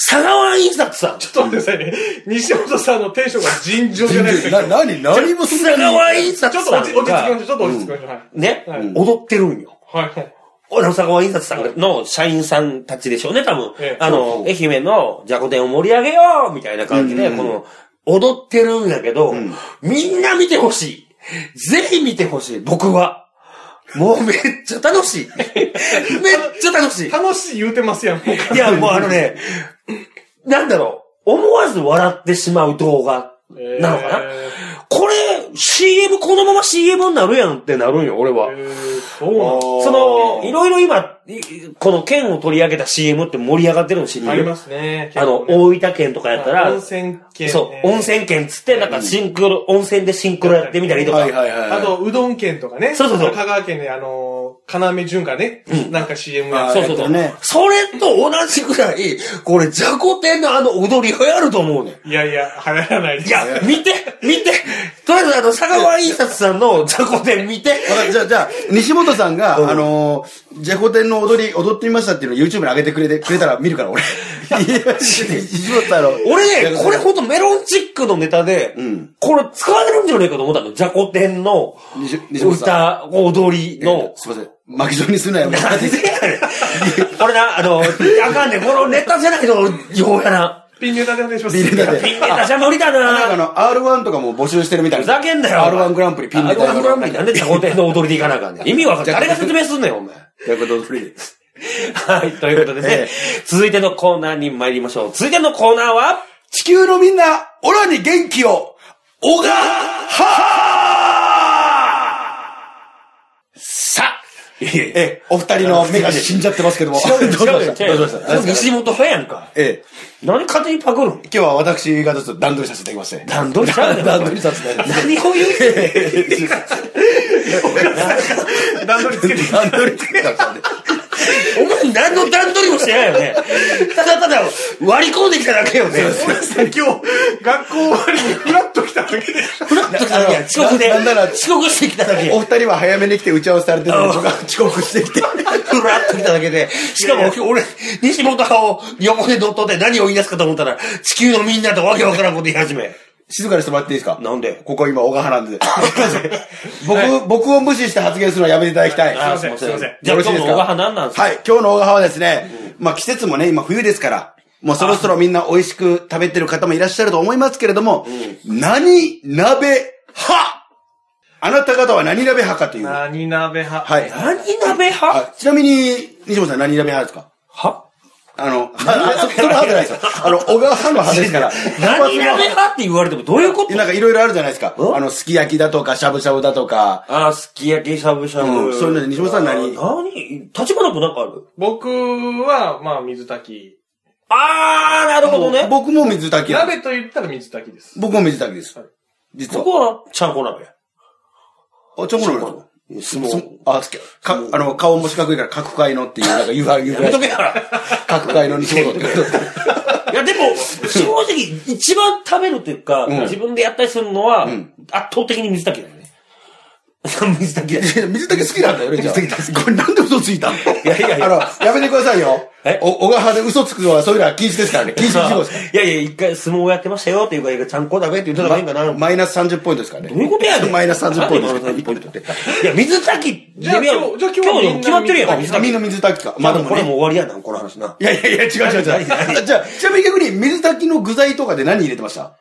Speaker 1: 佐川印刷さん。
Speaker 3: ちょっと待ってくださいね。西本さんのテンションが尋常じゃないですか。
Speaker 4: な、なに、何もそん
Speaker 1: 佐
Speaker 4: なに。
Speaker 1: 川印刷
Speaker 3: ちょっと
Speaker 1: さ
Speaker 3: 落ち
Speaker 1: ん
Speaker 3: 落ち着きまし
Speaker 1: が
Speaker 3: ょう。、ちょっと落ち着きましょう。はい。
Speaker 1: ね
Speaker 3: はい、
Speaker 1: 踊ってるんよ。
Speaker 3: はい。
Speaker 1: 大阪は印刷さんの社員さんたちでしょうね、多分。
Speaker 3: ええ
Speaker 1: あの、愛媛のじゃこ天を盛り上げようみたいな感じで、
Speaker 4: うんうん
Speaker 1: この、踊ってるんだけど、
Speaker 4: ん
Speaker 1: みんな見てほしい。ぜひ見てほしい、僕は。もうめっちゃ楽しい。めっちゃ楽しい。
Speaker 3: 楽しい言うてますやん、もう。
Speaker 1: いや、もうあのね、なんだろう、思わず笑ってしまう動画なのかな、
Speaker 3: え
Speaker 1: これ、CM、このまま CM になるやんってなるんよ、俺は。
Speaker 3: ーえーそうなんだ
Speaker 1: その、いろいろ今、いこの県を取り上げた CM って盛り上がってるの知って
Speaker 3: ありま
Speaker 1: る
Speaker 3: すね。
Speaker 1: あの、
Speaker 3: 結構ね
Speaker 1: 大分県とかやったら
Speaker 3: 温、泉県。
Speaker 1: そう、温泉県つって、なんかシンクロ、温泉でシンクロやってみたりとか
Speaker 4: はい、はいはい。
Speaker 3: あと、うどん県とかね。
Speaker 1: そうそうそう
Speaker 3: 香川県で、あのー、要潤がね、なんか CM や
Speaker 4: あ
Speaker 1: そうそう
Speaker 4: や
Speaker 1: そ
Speaker 4: っ
Speaker 1: う。
Speaker 4: てるね
Speaker 1: それと同じくらい、これ、じゃこ天のあの踊りがやると思うねん。
Speaker 3: いやいや、流行らないです。
Speaker 1: いや、見て見てとりあえず、あの、佐川印刷さんのじゃこ天見て
Speaker 4: わかったじゃあ、じゃあ、西本さんが、
Speaker 1: うん
Speaker 4: あのー、ジェコ天の踊り、踊ってみましたっていうのを YouTube に上げてくれて、くれたら見るから、俺。いや西本さんの。
Speaker 1: 俺ね、これ
Speaker 4: ほ
Speaker 1: ほんとメロンチックのネタで、
Speaker 4: うん
Speaker 1: これ使われるんじゃないかと思ったの。じゃこ天の
Speaker 4: 西西本さ
Speaker 1: 歌、踊り
Speaker 4: ん。
Speaker 1: の。
Speaker 4: すいません。巻き添えにすんなよ。
Speaker 1: なんでやねん。俺な、あの、あかんねん。このネタじゃないの、ようやな。
Speaker 3: ピンネタでお願いします。
Speaker 4: ピンネタで
Speaker 1: ピンネタじゃ無理だ
Speaker 4: なん
Speaker 1: な。
Speaker 4: かあの、R1 とかも募集してるみたい
Speaker 1: ふ
Speaker 4: な。
Speaker 1: ざけんなよ。
Speaker 4: R1 グランプリピンネタ
Speaker 1: R1 グランプリなんでじゃこ天の踊りでいかなあかん ねん。意味わかんない。誰が説明すんねん、お前。
Speaker 4: ジェコ天踊り。
Speaker 1: はい、ということでね、
Speaker 4: ええ
Speaker 1: 続いてのコーナーに参りましょう。続いてのコーナーは、
Speaker 4: 地球のみんな、オラに元気を、オガハ
Speaker 1: さあいやいや
Speaker 4: え、お二人の目が死んじゃってますけども。
Speaker 1: 違うよ、
Speaker 4: どうしま
Speaker 1: 違う
Speaker 4: し
Speaker 1: よ、
Speaker 4: た
Speaker 1: 違う
Speaker 4: どう
Speaker 1: よ
Speaker 4: しました。
Speaker 1: 西本派やんか。
Speaker 4: ええ、
Speaker 1: 何勝手にパクるん
Speaker 4: 今日は私がちょっと段取りさせていただきまして。
Speaker 1: 段取りちゃうねん。
Speaker 4: 段取りさせていただきま
Speaker 1: 何を言うてんねん
Speaker 3: 段取りつけて。
Speaker 4: して。段取りつけたんで。
Speaker 1: お前何の段取りもしてないよね。ただただ割り込んできただけよね。
Speaker 3: 今日、 学校終わりにフラッと来ただけで。
Speaker 1: ふらっと来ただけや遅刻で。
Speaker 4: なんなら
Speaker 1: 遅刻してきただけや
Speaker 4: お二人は早めに来て打ち合わせされてるのに遅刻してきて。
Speaker 1: ふらっと来ただけで。しかも今日俺、西本派を横でドットで何を言い出すかと思ったら、地球のみんなとわけわからんこと言い始め。
Speaker 4: 静かにしてもらっていいですか
Speaker 1: なんで
Speaker 4: ここ今、小川なんで。僕、僕を無視して発言するのはやめていただきたい。
Speaker 3: あすいませんすいません
Speaker 1: じゃあ今日の小川何なんですか
Speaker 4: はい、今日の小川はですね、まあ季節もね、今冬ですから、もうそろそろみんな美味しく食べてる方もいらっしゃると思いますけれども、何鍋派あなた方は何鍋派かという。は
Speaker 3: 何鍋派。
Speaker 4: い。
Speaker 1: 何鍋派
Speaker 4: はいちなみに、西本さん何鍋派ですか
Speaker 1: は
Speaker 4: あの、あ そそれ派じゃないですよ。あの、小川派の派です から。
Speaker 1: 何鍋派って言われてもどういうこ
Speaker 4: なん
Speaker 1: と
Speaker 4: かいろいろあるじゃないですか。
Speaker 1: ん
Speaker 4: あの、すき焼きだとか、しゃぶしゃぶだとか。
Speaker 1: あー、すき焼き、しゃぶしゃ
Speaker 4: うん
Speaker 1: ぶ。
Speaker 4: そういうので西本さん何
Speaker 1: 何立花君なんかある
Speaker 3: 僕は、まあ、水炊
Speaker 1: あー、なるほどね。
Speaker 4: 僕も水炊
Speaker 3: き。
Speaker 4: きなんです。
Speaker 3: 鍋と言ったら水炊きです。
Speaker 4: 僕も水炊きです。実は。
Speaker 1: 僕は、ちゃんこ鍋。
Speaker 4: あ、ちょこのよ。
Speaker 1: 相
Speaker 4: そ
Speaker 1: 撲。
Speaker 4: あ、すきか、あの、顔も四角いから、角界のっていう、なんか言う、言う
Speaker 1: やめ
Speaker 4: ら
Speaker 1: とけ
Speaker 4: しい。
Speaker 1: やら。
Speaker 4: 角界の西本ってことで。
Speaker 1: いや、でも、正直、一番食べるというか、
Speaker 4: うん
Speaker 1: 自分でやったりするのは、
Speaker 4: ん
Speaker 1: 圧倒的に水炊きだよね。 水炊きだよ。
Speaker 4: 水炊き好きなんだよね、じゃあ。これなんで嘘ついたのい
Speaker 1: やいやいや
Speaker 4: あの、やめてくださいよ
Speaker 1: え。
Speaker 4: お、小川で嘘つくのは、そういうのは禁止です からね。禁止事項ですか
Speaker 1: いやいや、一回相撲やってましたよっていうから、ちゃんこ鍋って言ってたらいいんかな。
Speaker 4: ら。マイナス30ポイントですからね。
Speaker 1: どういうことやねん。
Speaker 4: マイナス30ポイント
Speaker 1: な
Speaker 4: で
Speaker 1: ん
Speaker 4: す
Speaker 1: でマ
Speaker 4: か
Speaker 1: イナス30ポイ
Speaker 4: ら。
Speaker 1: ント って。いや、水炊き、
Speaker 3: じゃあ
Speaker 1: 自分
Speaker 3: 今日じゃあ今日
Speaker 1: 今日
Speaker 3: みん
Speaker 1: の
Speaker 3: な
Speaker 1: 決まってるやん、水
Speaker 3: 水
Speaker 1: 炊
Speaker 4: み
Speaker 1: き。
Speaker 4: ん
Speaker 1: い
Speaker 4: な水炊きか。ま
Speaker 1: や
Speaker 4: あ
Speaker 1: でも
Speaker 4: でも
Speaker 1: これ
Speaker 4: ね
Speaker 1: もう終わりやな、この話な。
Speaker 4: いやいやいや、違う違う違う。じゃあ、ちなみに逆に水炊きの具材とかで何入れてました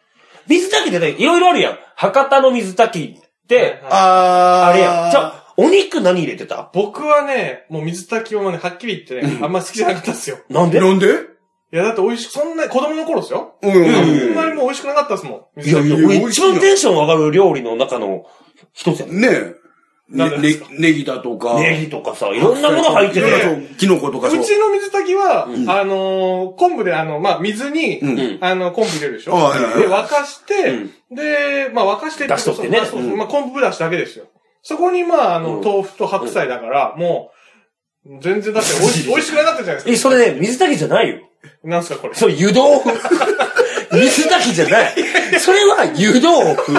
Speaker 1: 水炊きってね、いろいろあるやん。博多の水炊きって、
Speaker 3: はい
Speaker 4: あ
Speaker 1: あれやん。じゃあ、お肉何入れてた
Speaker 3: 僕はね、もう水炊きはね、はっきり言ってね、あんま好きじゃなかったですよ。
Speaker 1: なんで
Speaker 4: なんで
Speaker 3: いや、だって美味しく、そんな、子供の頃ですよ。そ
Speaker 4: う
Speaker 3: ん
Speaker 4: ん。
Speaker 3: なにもう美味しくなかったですもん。水
Speaker 1: いや
Speaker 3: 炊
Speaker 1: いや、
Speaker 3: き
Speaker 4: い
Speaker 1: 俺
Speaker 4: や美味し
Speaker 1: 一
Speaker 4: いよ
Speaker 1: 番テンション上がる料理の中の一つやん。
Speaker 4: ねえ。
Speaker 3: なんで
Speaker 4: ね
Speaker 3: で
Speaker 4: ね
Speaker 3: すか
Speaker 4: ネギだとか。
Speaker 1: ネギとかさ、いろんなもの入ってる
Speaker 4: ね
Speaker 1: や
Speaker 4: そ
Speaker 1: ん。
Speaker 4: うキノコとかそう
Speaker 3: う。ちの水炊きは、あのー、昆布で、あの、まあ、水に、
Speaker 4: ん
Speaker 3: あの、昆布入れるでしょ。
Speaker 4: あはいはいはい
Speaker 3: で、沸かして、で、まあ、沸かして
Speaker 1: 出汁取ってね
Speaker 3: そうそうそうまあ、昆布出しだけですよ。そこに、まあ、あの、豆腐と白菜だから、もう、全然だって美味し、美味しくなかったじゃないで
Speaker 1: え、
Speaker 3: す
Speaker 1: それね、水炊きじゃないよ。
Speaker 3: か。なんすか、これ。
Speaker 1: それ湯豆 腐。水炊きじゃない。それは湯豆腐。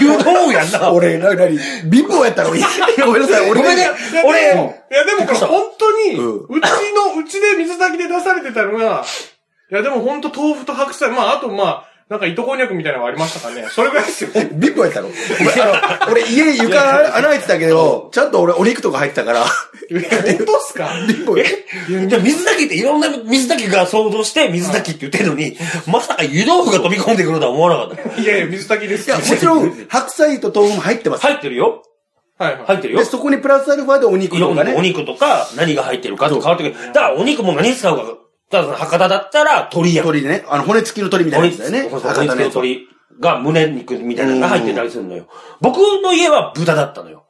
Speaker 1: 湯豆腐やんな。
Speaker 4: 俺、なになに、貧乏やっ たら俺、ごめんなさい、俺
Speaker 1: ごめんね
Speaker 4: が。
Speaker 1: 俺、
Speaker 3: いや、でもこれ本当に、
Speaker 4: うん
Speaker 3: うちの、うちで水炊きで出されてたのが、いや、でも本当豆腐と白菜、まあ、あとまあ、なんか糸こんにゃくみたいなのがありましたかねそれぐらいですよ。
Speaker 4: ビップやったの俺、あの、俺家床穴開いてたけど、ちゃんと俺お肉とか入ってた から、
Speaker 3: 本当っすか
Speaker 4: ビッ プ
Speaker 1: えじゃあ水炊きっていろんな水炊きが想像して水炊きって言ってるのに、まさか湯豆腐が飛び込んでくるとは思わなかっ
Speaker 3: いやいや、水炊きです
Speaker 4: いや、
Speaker 3: よ
Speaker 4: も。ちろん、白菜と豆腐も入ってま
Speaker 1: た。
Speaker 4: す。
Speaker 1: 入ってるよ
Speaker 3: はいはい。
Speaker 1: 入ってるよ
Speaker 4: で、そこにプラスアルファでお肉
Speaker 1: いろ
Speaker 4: と
Speaker 1: ん
Speaker 4: か
Speaker 1: な
Speaker 4: ね。
Speaker 1: お肉とか何が入ってるかって変わってくる。だからお肉も何使うか。だから博多だったら鶏やん。
Speaker 4: 鳥でね、あの、骨付きの鳥みたいな
Speaker 1: 骨
Speaker 4: やつだよね。
Speaker 1: そうそう骨付きの
Speaker 4: 博多や
Speaker 1: 鶏が胸肉みたいなのが入ってたりするのよ。僕の家は豚だったのよ。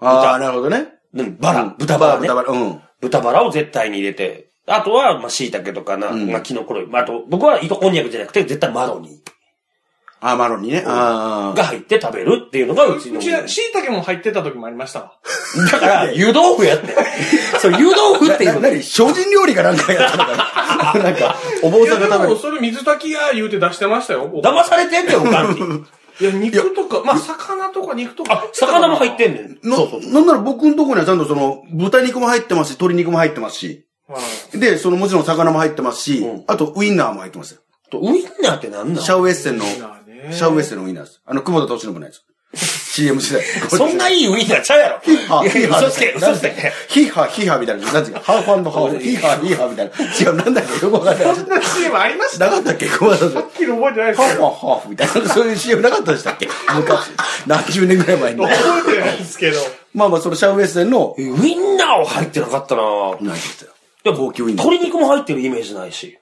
Speaker 4: つああ、なるほどね。
Speaker 1: うんバ
Speaker 4: うん
Speaker 1: ラ、豚バラ、ね
Speaker 4: 豚。バラ、うん。
Speaker 1: 豚バラを絶対に入れて、あとは、まあ、椎茸とかな、
Speaker 4: ん
Speaker 1: まあ、キノコ類。まあ、あと、僕は糸こんにゃくじゃなくて、絶対マロニ
Speaker 4: あーマロンにね。あ
Speaker 1: ー
Speaker 4: あ。
Speaker 1: が入って食べるっていうのがうちの
Speaker 3: うちは、椎茸も入ってた時もありましたわ。
Speaker 1: だから、湯豆腐や って。そう、湯豆腐っていう
Speaker 4: な、
Speaker 1: の。
Speaker 4: なに精進料理かなんかやったのか ななんか、お坊
Speaker 3: い
Speaker 4: さ
Speaker 3: や、
Speaker 4: ん
Speaker 3: で
Speaker 4: が食べ
Speaker 3: も、
Speaker 4: る。
Speaker 3: それ水炊きや言うて出してましたよ。僕
Speaker 1: 騙されてんねん、おかんに。
Speaker 3: いや、肉とか、まあ、魚とか肉とか
Speaker 1: あ
Speaker 3: 入っ、てたかな。
Speaker 1: 魚も入ってんねん。そうそうそう。
Speaker 4: な、なんなら僕のとこにはちゃんとその、豚肉も入ってますし、鶏肉も入ってますし。
Speaker 3: はい。
Speaker 4: で、その、もちろん魚も入ってますし
Speaker 1: うん、
Speaker 4: あと、ウインナーも入ってますよ。
Speaker 1: とウインナーってなんなん
Speaker 4: シャウエッセンの、
Speaker 3: ウイ
Speaker 4: シ
Speaker 3: ンナーね
Speaker 4: ャウエッセンのウインナーです。あの、久保田敏信のや つ。CM 時代。
Speaker 1: そんないいウインナーちゃうやろ。
Speaker 4: ヒーハー、ヒ
Speaker 1: い
Speaker 4: ー
Speaker 1: や
Speaker 4: ハー。
Speaker 1: 嘘つけ、嘘つけ。
Speaker 4: ヒーハー、ヒーハーみたいな。なんつうか、ハーフハーフ。ヒーハー、ヒーハーみたいな。違う、なんだっけよくわかんない。
Speaker 3: そんな CM ありました
Speaker 4: なかったっけ久保田さん。ハ
Speaker 3: っきり覚えてないです
Speaker 4: ー
Speaker 3: け
Speaker 4: フ
Speaker 3: ど。
Speaker 4: ハーフみたいな。そういう CM なかったでしたっけ昔。何十年ぐらい前 に。
Speaker 3: 覚えてないですけど。
Speaker 4: まあまあ、そのシャウエッセンの
Speaker 1: え、ウインナーは入ってなかったなぁ。
Speaker 4: 何ですよ。
Speaker 1: でも
Speaker 4: 高級ウインナー。
Speaker 1: 鶏肉も入ってるイメージないし。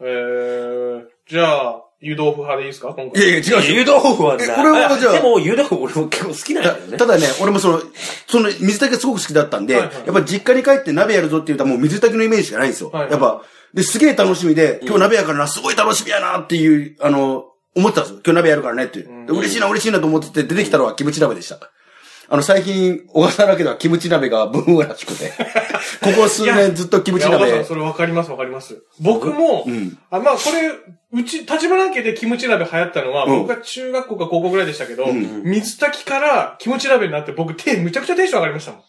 Speaker 3: えー、じゃあ、湯豆腐派でいいですか今
Speaker 4: い
Speaker 3: 回。
Speaker 4: やいや、違う違う。
Speaker 1: 湯豆腐はな
Speaker 4: えこれはじゃあ
Speaker 1: でも湯豆腐俺も結構好きなんだよね
Speaker 4: た。だね、俺もその、その水炊きがすごく好きだったんで、
Speaker 3: はいはい
Speaker 4: やっぱ実家に帰って鍋やるぞって言うともう水炊きのイメージしかないんですよ。
Speaker 3: はいはい
Speaker 4: やっぱ、で、すげえ楽しみで、今日鍋やからな、すごい楽しみやなっていう、あの、思ってたんですよ。今日鍋やるからねって。で嬉しいな、嬉しいなと思ってて、出てきたのはキムチ鍋でした。あの、最近、小笠原家ではキムチ鍋がブームらし くて、ここ数年ずっとキム
Speaker 3: い
Speaker 4: チ
Speaker 3: や、お母さ
Speaker 4: 鍋
Speaker 3: ん、、それわかりますわかります。僕も、あまあ、これ、うち、立花家でキムチ鍋流行ったのは、
Speaker 4: ん
Speaker 3: 僕が中学校か高校ぐらいでしたけど、水炊きからキムチ鍋になって、僕、手、むちゃくちゃテンション上がりま したもん。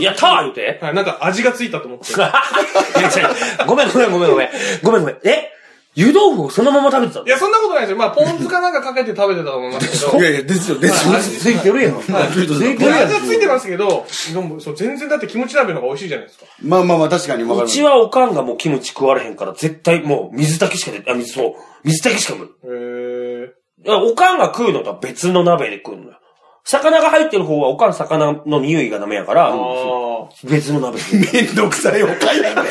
Speaker 1: やったー言うて。
Speaker 3: はい、なんか味がついたと 思って。
Speaker 1: いや違うごめんごめんごめんごめん。ごめんごめん。え湯豆腐をそのまま食べてたの
Speaker 3: いや、そんなことないですよ。まあ、ポン酢かなんかかけて食べてたと思いますけ ど。
Speaker 4: いやいや、ですよ、ですよ。
Speaker 1: ついてるや ん。ついてる
Speaker 3: 味
Speaker 1: やん
Speaker 3: はついてますけど、でもそう全然だってキムチ鍋の方が美味しいじゃないですか。
Speaker 4: まあまあまあ、確かにわか
Speaker 1: う
Speaker 4: る
Speaker 1: ち。はおかんがもうキムチ食われへんから、絶対もう水炊きしか出て、あ、水、そう。水炊きしか無理。
Speaker 3: えー、
Speaker 1: だからおかんが食うのとは別の鍋で食うのよ。魚が入ってる方はおかん魚の匂いがダメやから、
Speaker 3: あ
Speaker 1: 別の鍋で 食う。
Speaker 4: めんどくさい、おかいなんだよ。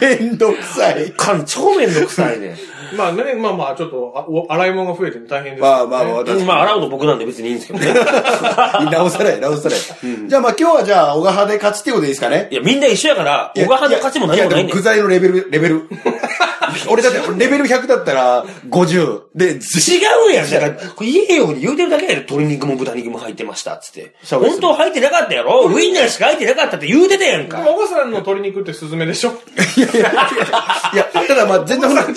Speaker 4: めんどくさい。
Speaker 1: おかん超めんどくさいね。
Speaker 3: あ。まあね、まあまあ、ちょっと、あお洗い物が増えて大変です、ね。
Speaker 4: まあまあまあ、私
Speaker 1: うんまあ洗うの僕なんで別にいいんですけどね。
Speaker 4: なおさらい、なおさらい。じゃあまあ今日はじゃあ、小川で勝ちっていうことでいいですかね
Speaker 1: いや、みんな一緒やから、小川の勝ちも何もない
Speaker 4: やで
Speaker 1: ねん
Speaker 4: 具。材のレベル、レ ベル。俺だって、レベル100だったら50。で、ずし
Speaker 1: 違うやん。だから、これ言えように言うてるだけやで、鶏肉も豚肉も入ってました、つって。
Speaker 4: そうです
Speaker 1: 本当は入ってなかったやろウインナーしか入ってなかったって言うてたやん
Speaker 3: で
Speaker 1: か。
Speaker 3: も、おばさんの鶏肉ってスズメで しょ
Speaker 4: いやいやいや、いや、ただまあ全然ほら、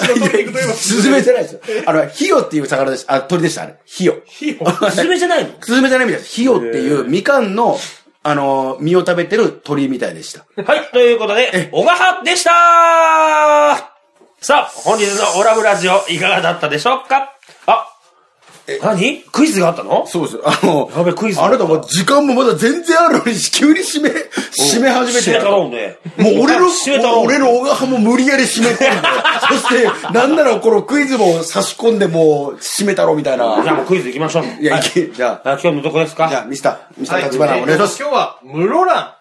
Speaker 4: スズメじゃないですよ。あの、ヒヨっていう魚でした。あ、鳥でした、あれ。ヒヨ。
Speaker 3: 火を。
Speaker 1: おすすめじゃないの
Speaker 4: スズメじゃないみたいです。ヒヨっていうみかんの、あの、実を食べてる鳥みたいでした。
Speaker 1: はい、ということで、小川でしたさあ、本日のオラブラジオいかがだったでしょうかあ、何クイズがあったの
Speaker 4: そうですよ。あの、
Speaker 1: やべクイズ
Speaker 4: あなたもう時間もまだ全然あるのに、急に締め、締め始めて
Speaker 1: 締めたろうね。
Speaker 4: もう俺の、
Speaker 1: 締めたろう
Speaker 4: 俺の小川も無理やり締め込んで、そして、なんならこのクイズも差し込んでもう締めたろみたい
Speaker 1: じゃあ
Speaker 4: な。
Speaker 1: もうクイズ行きましょう。はい
Speaker 4: いや、いけ、じゃあ、
Speaker 1: あ、今日のどこです
Speaker 4: じゃあ、
Speaker 1: か
Speaker 4: ミスター、ミスタ
Speaker 3: は
Speaker 4: ー
Speaker 3: い、
Speaker 4: 立花お願いします。
Speaker 3: えー今日は、室蘭。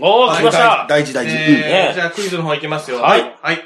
Speaker 4: お
Speaker 1: おー、来ました
Speaker 4: 大事大事。うん
Speaker 3: え
Speaker 1: ね
Speaker 3: ー、じゃあクイズの方いきますよ。
Speaker 1: はい。
Speaker 3: はい。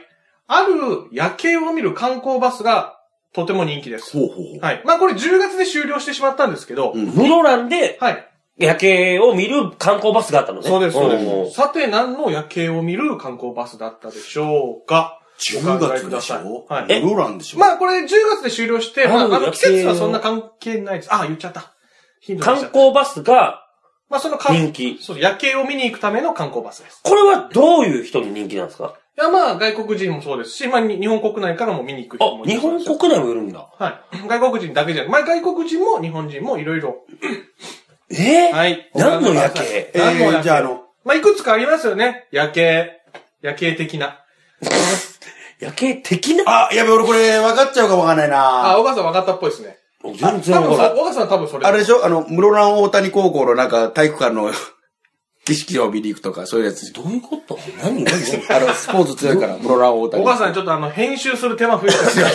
Speaker 3: ある夜景を見る観光バスがとても人気です。
Speaker 4: ほうほうほう。
Speaker 3: はい。まあこれ10月で終了してしまったんですけど、
Speaker 1: 室蘭で
Speaker 3: はい。
Speaker 1: 夜景を見る観光バスがあったのね。
Speaker 3: そうです、そうで
Speaker 1: ん
Speaker 3: す。さて何の夜景を見る観光バスだったでしょうか
Speaker 4: 10
Speaker 3: お考え
Speaker 4: 月
Speaker 3: く
Speaker 4: で
Speaker 3: だ
Speaker 4: し
Speaker 3: さい
Speaker 4: ょ
Speaker 3: はい。
Speaker 4: えローランでしょ
Speaker 3: まあこれ10月で終了して、まあ、
Speaker 1: あ
Speaker 3: あ
Speaker 1: の
Speaker 3: の季節はそんな関係ないです。あ、言っちゃった。頻度
Speaker 1: 観光バスが、
Speaker 3: まあその観
Speaker 1: 人気
Speaker 3: そう、夜景を見に行くための観光バスです。
Speaker 1: これはどういう人に人気なんですか
Speaker 3: いや、まあ外国人もそうですし、まあに日本国内からも見に行く人
Speaker 1: あ
Speaker 3: も、い
Speaker 1: 日
Speaker 3: るそうで
Speaker 1: 本
Speaker 3: す
Speaker 1: 国内もいるんだ。
Speaker 3: はい。外国人だけじゃなく、まあ、外国人も日本人もいろいろ。
Speaker 1: えー
Speaker 3: はい。
Speaker 1: 何の夜景
Speaker 4: え
Speaker 3: 何の夜
Speaker 4: ー、
Speaker 3: 景
Speaker 4: じゃああの、
Speaker 3: まあ、いくつかありますよね。夜景。夜景的な。
Speaker 1: 夜景的な
Speaker 4: あ、やべ、俺これ分かっちゃうかもわかんない
Speaker 3: あ、
Speaker 4: な。
Speaker 3: 小川さん分かったっぽいですね。
Speaker 1: 全
Speaker 3: 多
Speaker 1: 然
Speaker 3: 分
Speaker 1: わ
Speaker 3: そ、小
Speaker 1: からん。
Speaker 3: 川さん多分それ。
Speaker 4: あれでしょあの、室蘭大谷高校のなんか体育館の 景色を見に行くとか、そういうやつ。
Speaker 1: どういうこと何何何
Speaker 4: あの、スポーツ強いから、室蘭大
Speaker 3: 小
Speaker 4: 谷。
Speaker 3: 川さんちょっとあの、編集する手間増えちゃうんですよ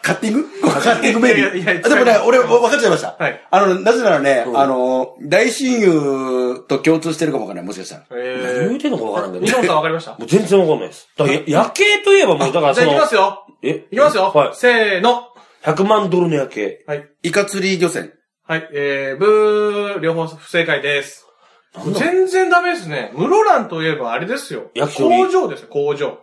Speaker 4: カッティングカッティングベビ
Speaker 3: いやいやいや
Speaker 4: ー。あでもね、俺、分かっちゃいました。
Speaker 3: はい
Speaker 4: あの、なぜならね、
Speaker 1: うん
Speaker 4: あの、大親友と共通してるかもわかんない、もしかしたら。
Speaker 1: 何
Speaker 3: え
Speaker 1: 言うてんのかわからんけ
Speaker 3: ー。
Speaker 1: ど。
Speaker 3: 二本さん分かりました
Speaker 1: もう全然わかんないです。だからや夜景といえばもう、だから
Speaker 3: じ
Speaker 1: そ
Speaker 3: ゃあ
Speaker 1: の。
Speaker 3: 行きますよ。
Speaker 1: え
Speaker 3: 行きますよ。
Speaker 1: はい。
Speaker 3: せーの。
Speaker 1: 100万ドルの夜景。
Speaker 3: はい。
Speaker 4: イカ釣り漁船。
Speaker 3: はい。えー、ブー、両方不正解です。全然ダメですね。室蘭といえばあれですよ。
Speaker 1: 焼き鳥
Speaker 3: 工場ですよ、工場。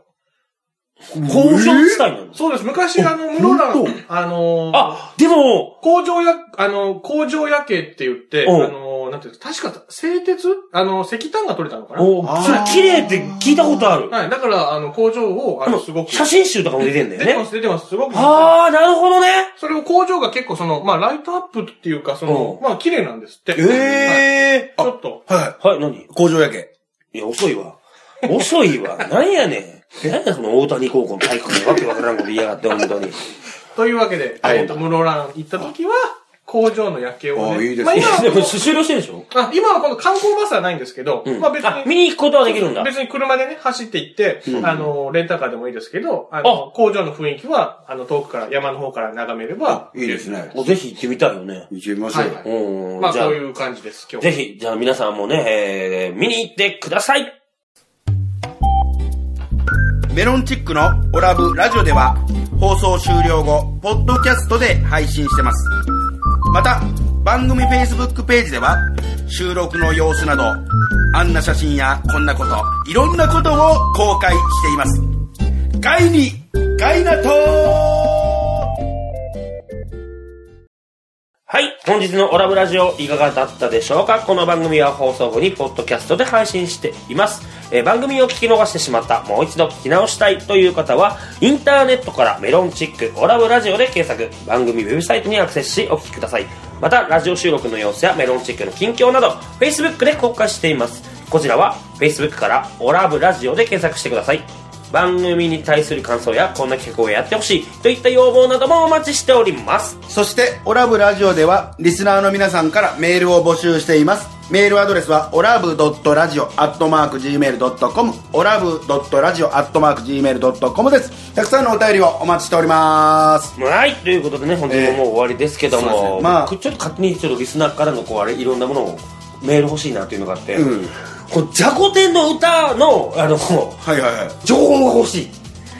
Speaker 1: 工場地帯なんです。
Speaker 3: そうです。昔、あの、室
Speaker 4: ほんと
Speaker 3: 蘭、あのー、
Speaker 1: あ、でも、
Speaker 3: 工場や、あの、工場夜景って言って、あ
Speaker 1: おう
Speaker 3: の、なんていうの確か、製鉄あの、石炭が取れたのかな
Speaker 1: お
Speaker 4: あー
Speaker 1: それ綺麗って聞いたことある。
Speaker 3: はい。だから、あの、工場を、あ
Speaker 1: で
Speaker 3: の、
Speaker 1: も
Speaker 3: すごく。
Speaker 1: 写真集とかも出てんだ
Speaker 3: 出て
Speaker 1: よ
Speaker 3: ま
Speaker 1: ね。
Speaker 3: す、出てます。すごく。
Speaker 1: あー、なるほどね。
Speaker 3: それを工場が結構その、まあ、ライトアップっていうか、その
Speaker 1: お、う
Speaker 3: まあ、綺麗なんですって。はい
Speaker 4: え
Speaker 3: ちょっと。
Speaker 4: ー。は
Speaker 1: はい、何い
Speaker 4: い。工場夜景。
Speaker 1: や、遅いわ。遅い わ。なんやねん。なんやその大谷高校の体育館でわけわからんこと言いやがって、本当に。
Speaker 3: というわけで、
Speaker 4: はい
Speaker 3: えっと、室蘭行った時は、工場の夜景を
Speaker 4: あ
Speaker 3: ね。
Speaker 4: いいですね
Speaker 3: まあ、今
Speaker 1: でも、
Speaker 3: は
Speaker 1: 終了してるでしょ
Speaker 3: この、あ今はこの観光バスはないんですけど
Speaker 1: う、ん。
Speaker 3: まあ、別
Speaker 1: あ
Speaker 3: に、。
Speaker 1: 見に行くことはできるんだ。
Speaker 3: 別に車でね、走って行って、あの、レンタカーでもいいですけど、あの、工場の雰囲気は、あの、遠くから、山の方から眺めれば、
Speaker 4: いいですね。
Speaker 1: もうぜひ行ってみたいよね。
Speaker 4: 行きましょ
Speaker 3: は
Speaker 4: う
Speaker 3: い
Speaker 4: よ。
Speaker 3: は
Speaker 1: う
Speaker 3: い。
Speaker 1: ん。
Speaker 3: まあ、
Speaker 1: じゃ
Speaker 3: そういう感じです、今日
Speaker 1: ぜ。ひ、じゃあ皆さんもね、えー、見に行ってください。
Speaker 2: メロンチックのオラブラジオでは放送終了後、ポッドキャストで配信してます。また、番組 Facebook ページでは収録の様子など、あんな写真やこんなこと、いろんなことを公開しています。ガイに、ガイナトー
Speaker 1: はい。本日のオラブラジオいかがだったでしょうかこの番組は放送後にポッドキャストで配信しています。えー番組を聞き逃してしまった、もう一度聞き直したいという方は、インターネットからメロンチックオラブラジオで検索、番組ウェブサイトにアクセスしお聞きください。また、ラジオ収録の様子やメロンチックの近況など、Facebook で公開しています。こちらは Facebook からオラブラジオで検索してください。番組に対する感想やこんな企画をやってほしいといった要望などもお待ちしております。
Speaker 4: そして、オラブラジオでは、リスナーの皆さんからメールを募集しています。メールアドレスは、オラブドットラジオアットマーク Gmail.com、オラブドットラジオアットマーク Gmail.com です。たくさんのお便りをお待ちしております。
Speaker 1: はい、ということでね、本当にもう終わりですけど
Speaker 4: えーそうです
Speaker 1: も、
Speaker 4: ねまあ
Speaker 1: 僕ちょっと勝手にちょっとリスナーからのこうあれいろんなものをメール欲しいなっていうのがあって、
Speaker 4: うん
Speaker 1: こうじゃこ天の歌のあの
Speaker 4: はいはいはい。
Speaker 1: 情報が欲しい、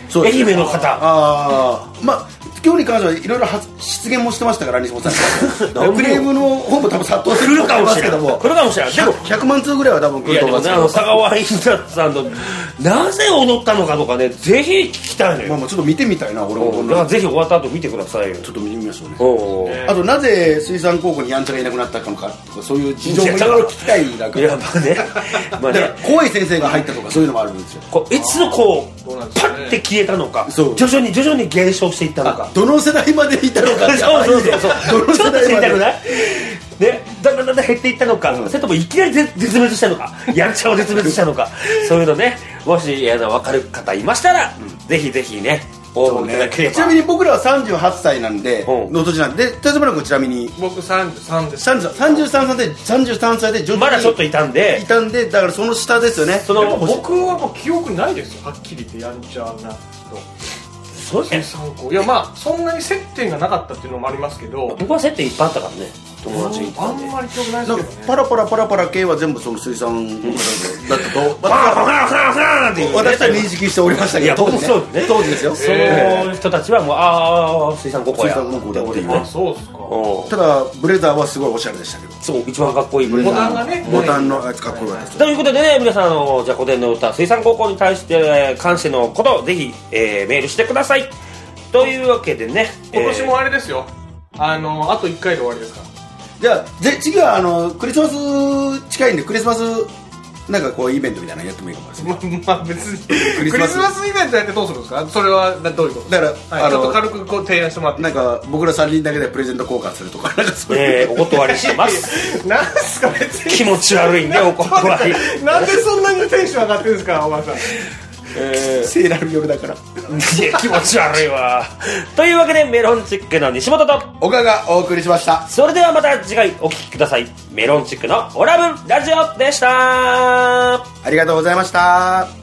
Speaker 4: そうです
Speaker 1: 愛
Speaker 4: ね
Speaker 1: 媛の方、
Speaker 4: あー、まあ、今日に関してはいろいろ発失言もしてましたから、西本さ ん
Speaker 1: 何も
Speaker 4: クレームの方も多分殺到す
Speaker 1: 来
Speaker 4: る
Speaker 1: る
Speaker 4: と
Speaker 1: か
Speaker 4: 思い
Speaker 1: も
Speaker 4: ま
Speaker 1: し
Speaker 4: す
Speaker 1: れ
Speaker 4: け
Speaker 1: な
Speaker 4: ど
Speaker 1: い、
Speaker 4: も
Speaker 1: 来。るかもしれない、でも、
Speaker 4: 100万通ぐらいは多分来
Speaker 1: い
Speaker 4: る
Speaker 1: や
Speaker 4: と
Speaker 1: で
Speaker 4: 思
Speaker 1: も
Speaker 4: いま
Speaker 1: ね、
Speaker 4: すけ
Speaker 1: あ
Speaker 4: ど
Speaker 1: の佐川インタさんと、なぜ踊ったのかとかね、ぜひ聞きたいの
Speaker 4: まあ
Speaker 1: よ、
Speaker 4: まあちょっと見てみたいな、俺もこ
Speaker 1: うんん
Speaker 4: な
Speaker 1: だからぜひ終わった後見てくださいよ。
Speaker 4: ちょっと見てみましょうね。
Speaker 1: おう
Speaker 3: ね
Speaker 4: あとなぜ水産高校にやんちゃがいなくなったのかとかそういう事情もいろいろ聞きたいだ
Speaker 1: い
Speaker 4: け
Speaker 1: や、
Speaker 4: だ
Speaker 1: まあね、まあ
Speaker 4: から
Speaker 1: ね、
Speaker 4: 怖い先生が入ったとかそういうのもあるんですよ
Speaker 1: こういつこう、
Speaker 3: そうなんです
Speaker 1: パ
Speaker 3: よね
Speaker 1: ッて消えたのか、
Speaker 4: そ
Speaker 1: 徐
Speaker 4: う
Speaker 1: 々に徐々に減少していったのか。
Speaker 4: どの世代までいたのかって
Speaker 1: そうそうそう そう。ちょっと知りたくないね、だんだんだんだん減っていったのか、それともいきなり絶絶滅したのか、やんちゃを絶滅したのか、そういうのね、もしあの分かる方いましたら、ぜひぜひね、応募いただければ。
Speaker 4: ちなみに僕らは38歳なんで
Speaker 1: うん
Speaker 4: の年なんで立花君ちなみに
Speaker 3: 僕33です。
Speaker 4: 33 33歳で33歳で徐々に
Speaker 1: まだちょっといたんで
Speaker 4: い、たんでだからその下ですよね
Speaker 1: そ
Speaker 3: でも
Speaker 1: の、僕、
Speaker 3: 僕はもう記憶ないですよ、はっきり言ってやんちゃな人。
Speaker 1: そうですね
Speaker 3: 13個。いや、まあ、そんなに接点がなかったっていうのもありますけど、
Speaker 1: 僕は接点いっぱいあったからね、友達いっぱい
Speaker 3: あ
Speaker 1: あって
Speaker 3: んまり記憶ないで
Speaker 4: な
Speaker 3: すけ
Speaker 4: んか
Speaker 3: どね。
Speaker 4: パラパラパラパラ系は全部その水産だったと
Speaker 1: バカバカバカバカって言うね
Speaker 4: 私は認識しておりましたけ
Speaker 1: いや
Speaker 4: ど
Speaker 1: 僕もそう
Speaker 4: 当時
Speaker 1: ね
Speaker 4: ね当時ですよ
Speaker 1: その人たちはもう、ああ、水産高校や。
Speaker 4: 水産高校だっていう
Speaker 1: ね
Speaker 3: あ、そうっすか。
Speaker 1: おう
Speaker 4: ただブレザーはすごいおしゃれでしたけど
Speaker 1: そう、一番かっこいいブレザ
Speaker 3: ボ
Speaker 1: ー
Speaker 3: タンがね、
Speaker 4: ボタンのやつかっこよかったです
Speaker 1: ということでね、皆さん、あの、じゃこでんの歌、水産高校に対して、えー感謝のことをぜひ、えーメールしてください。というわけでね、
Speaker 3: 今年
Speaker 1: え
Speaker 3: もあれですよ。あの、あと1回で終わりですから。
Speaker 4: じゃあぜ次はあのクリスマス近いんでクリスマスなんかこうイベントみたいなのやってもいいかもですね
Speaker 3: ままあ別にクリ
Speaker 4: リス
Speaker 3: ス
Speaker 4: マ
Speaker 3: マ
Speaker 4: ス
Speaker 3: スイベントやってどうするんですかそれはなどういうこと
Speaker 4: だから
Speaker 3: はい
Speaker 4: あの
Speaker 3: ちょっと軽くこう提案してもらっていい
Speaker 4: なんか僕ら3人だけでプレゼント交換するとかなんかそういう、
Speaker 1: えーお断りしてます。
Speaker 3: なんすか別に
Speaker 1: 気持ち悪いんで、お断り。
Speaker 3: なんでそんなにテンション上がってるんですかおばさん
Speaker 1: え
Speaker 4: 聖なる夜だから。
Speaker 1: ー、いや気持ち悪いわ。というわけで、メロンチックの西本と、
Speaker 4: 岡がお送りしました。
Speaker 1: それではまた次回お聴きください。メロンチックのオラブラジオでした
Speaker 4: ありがとうございました。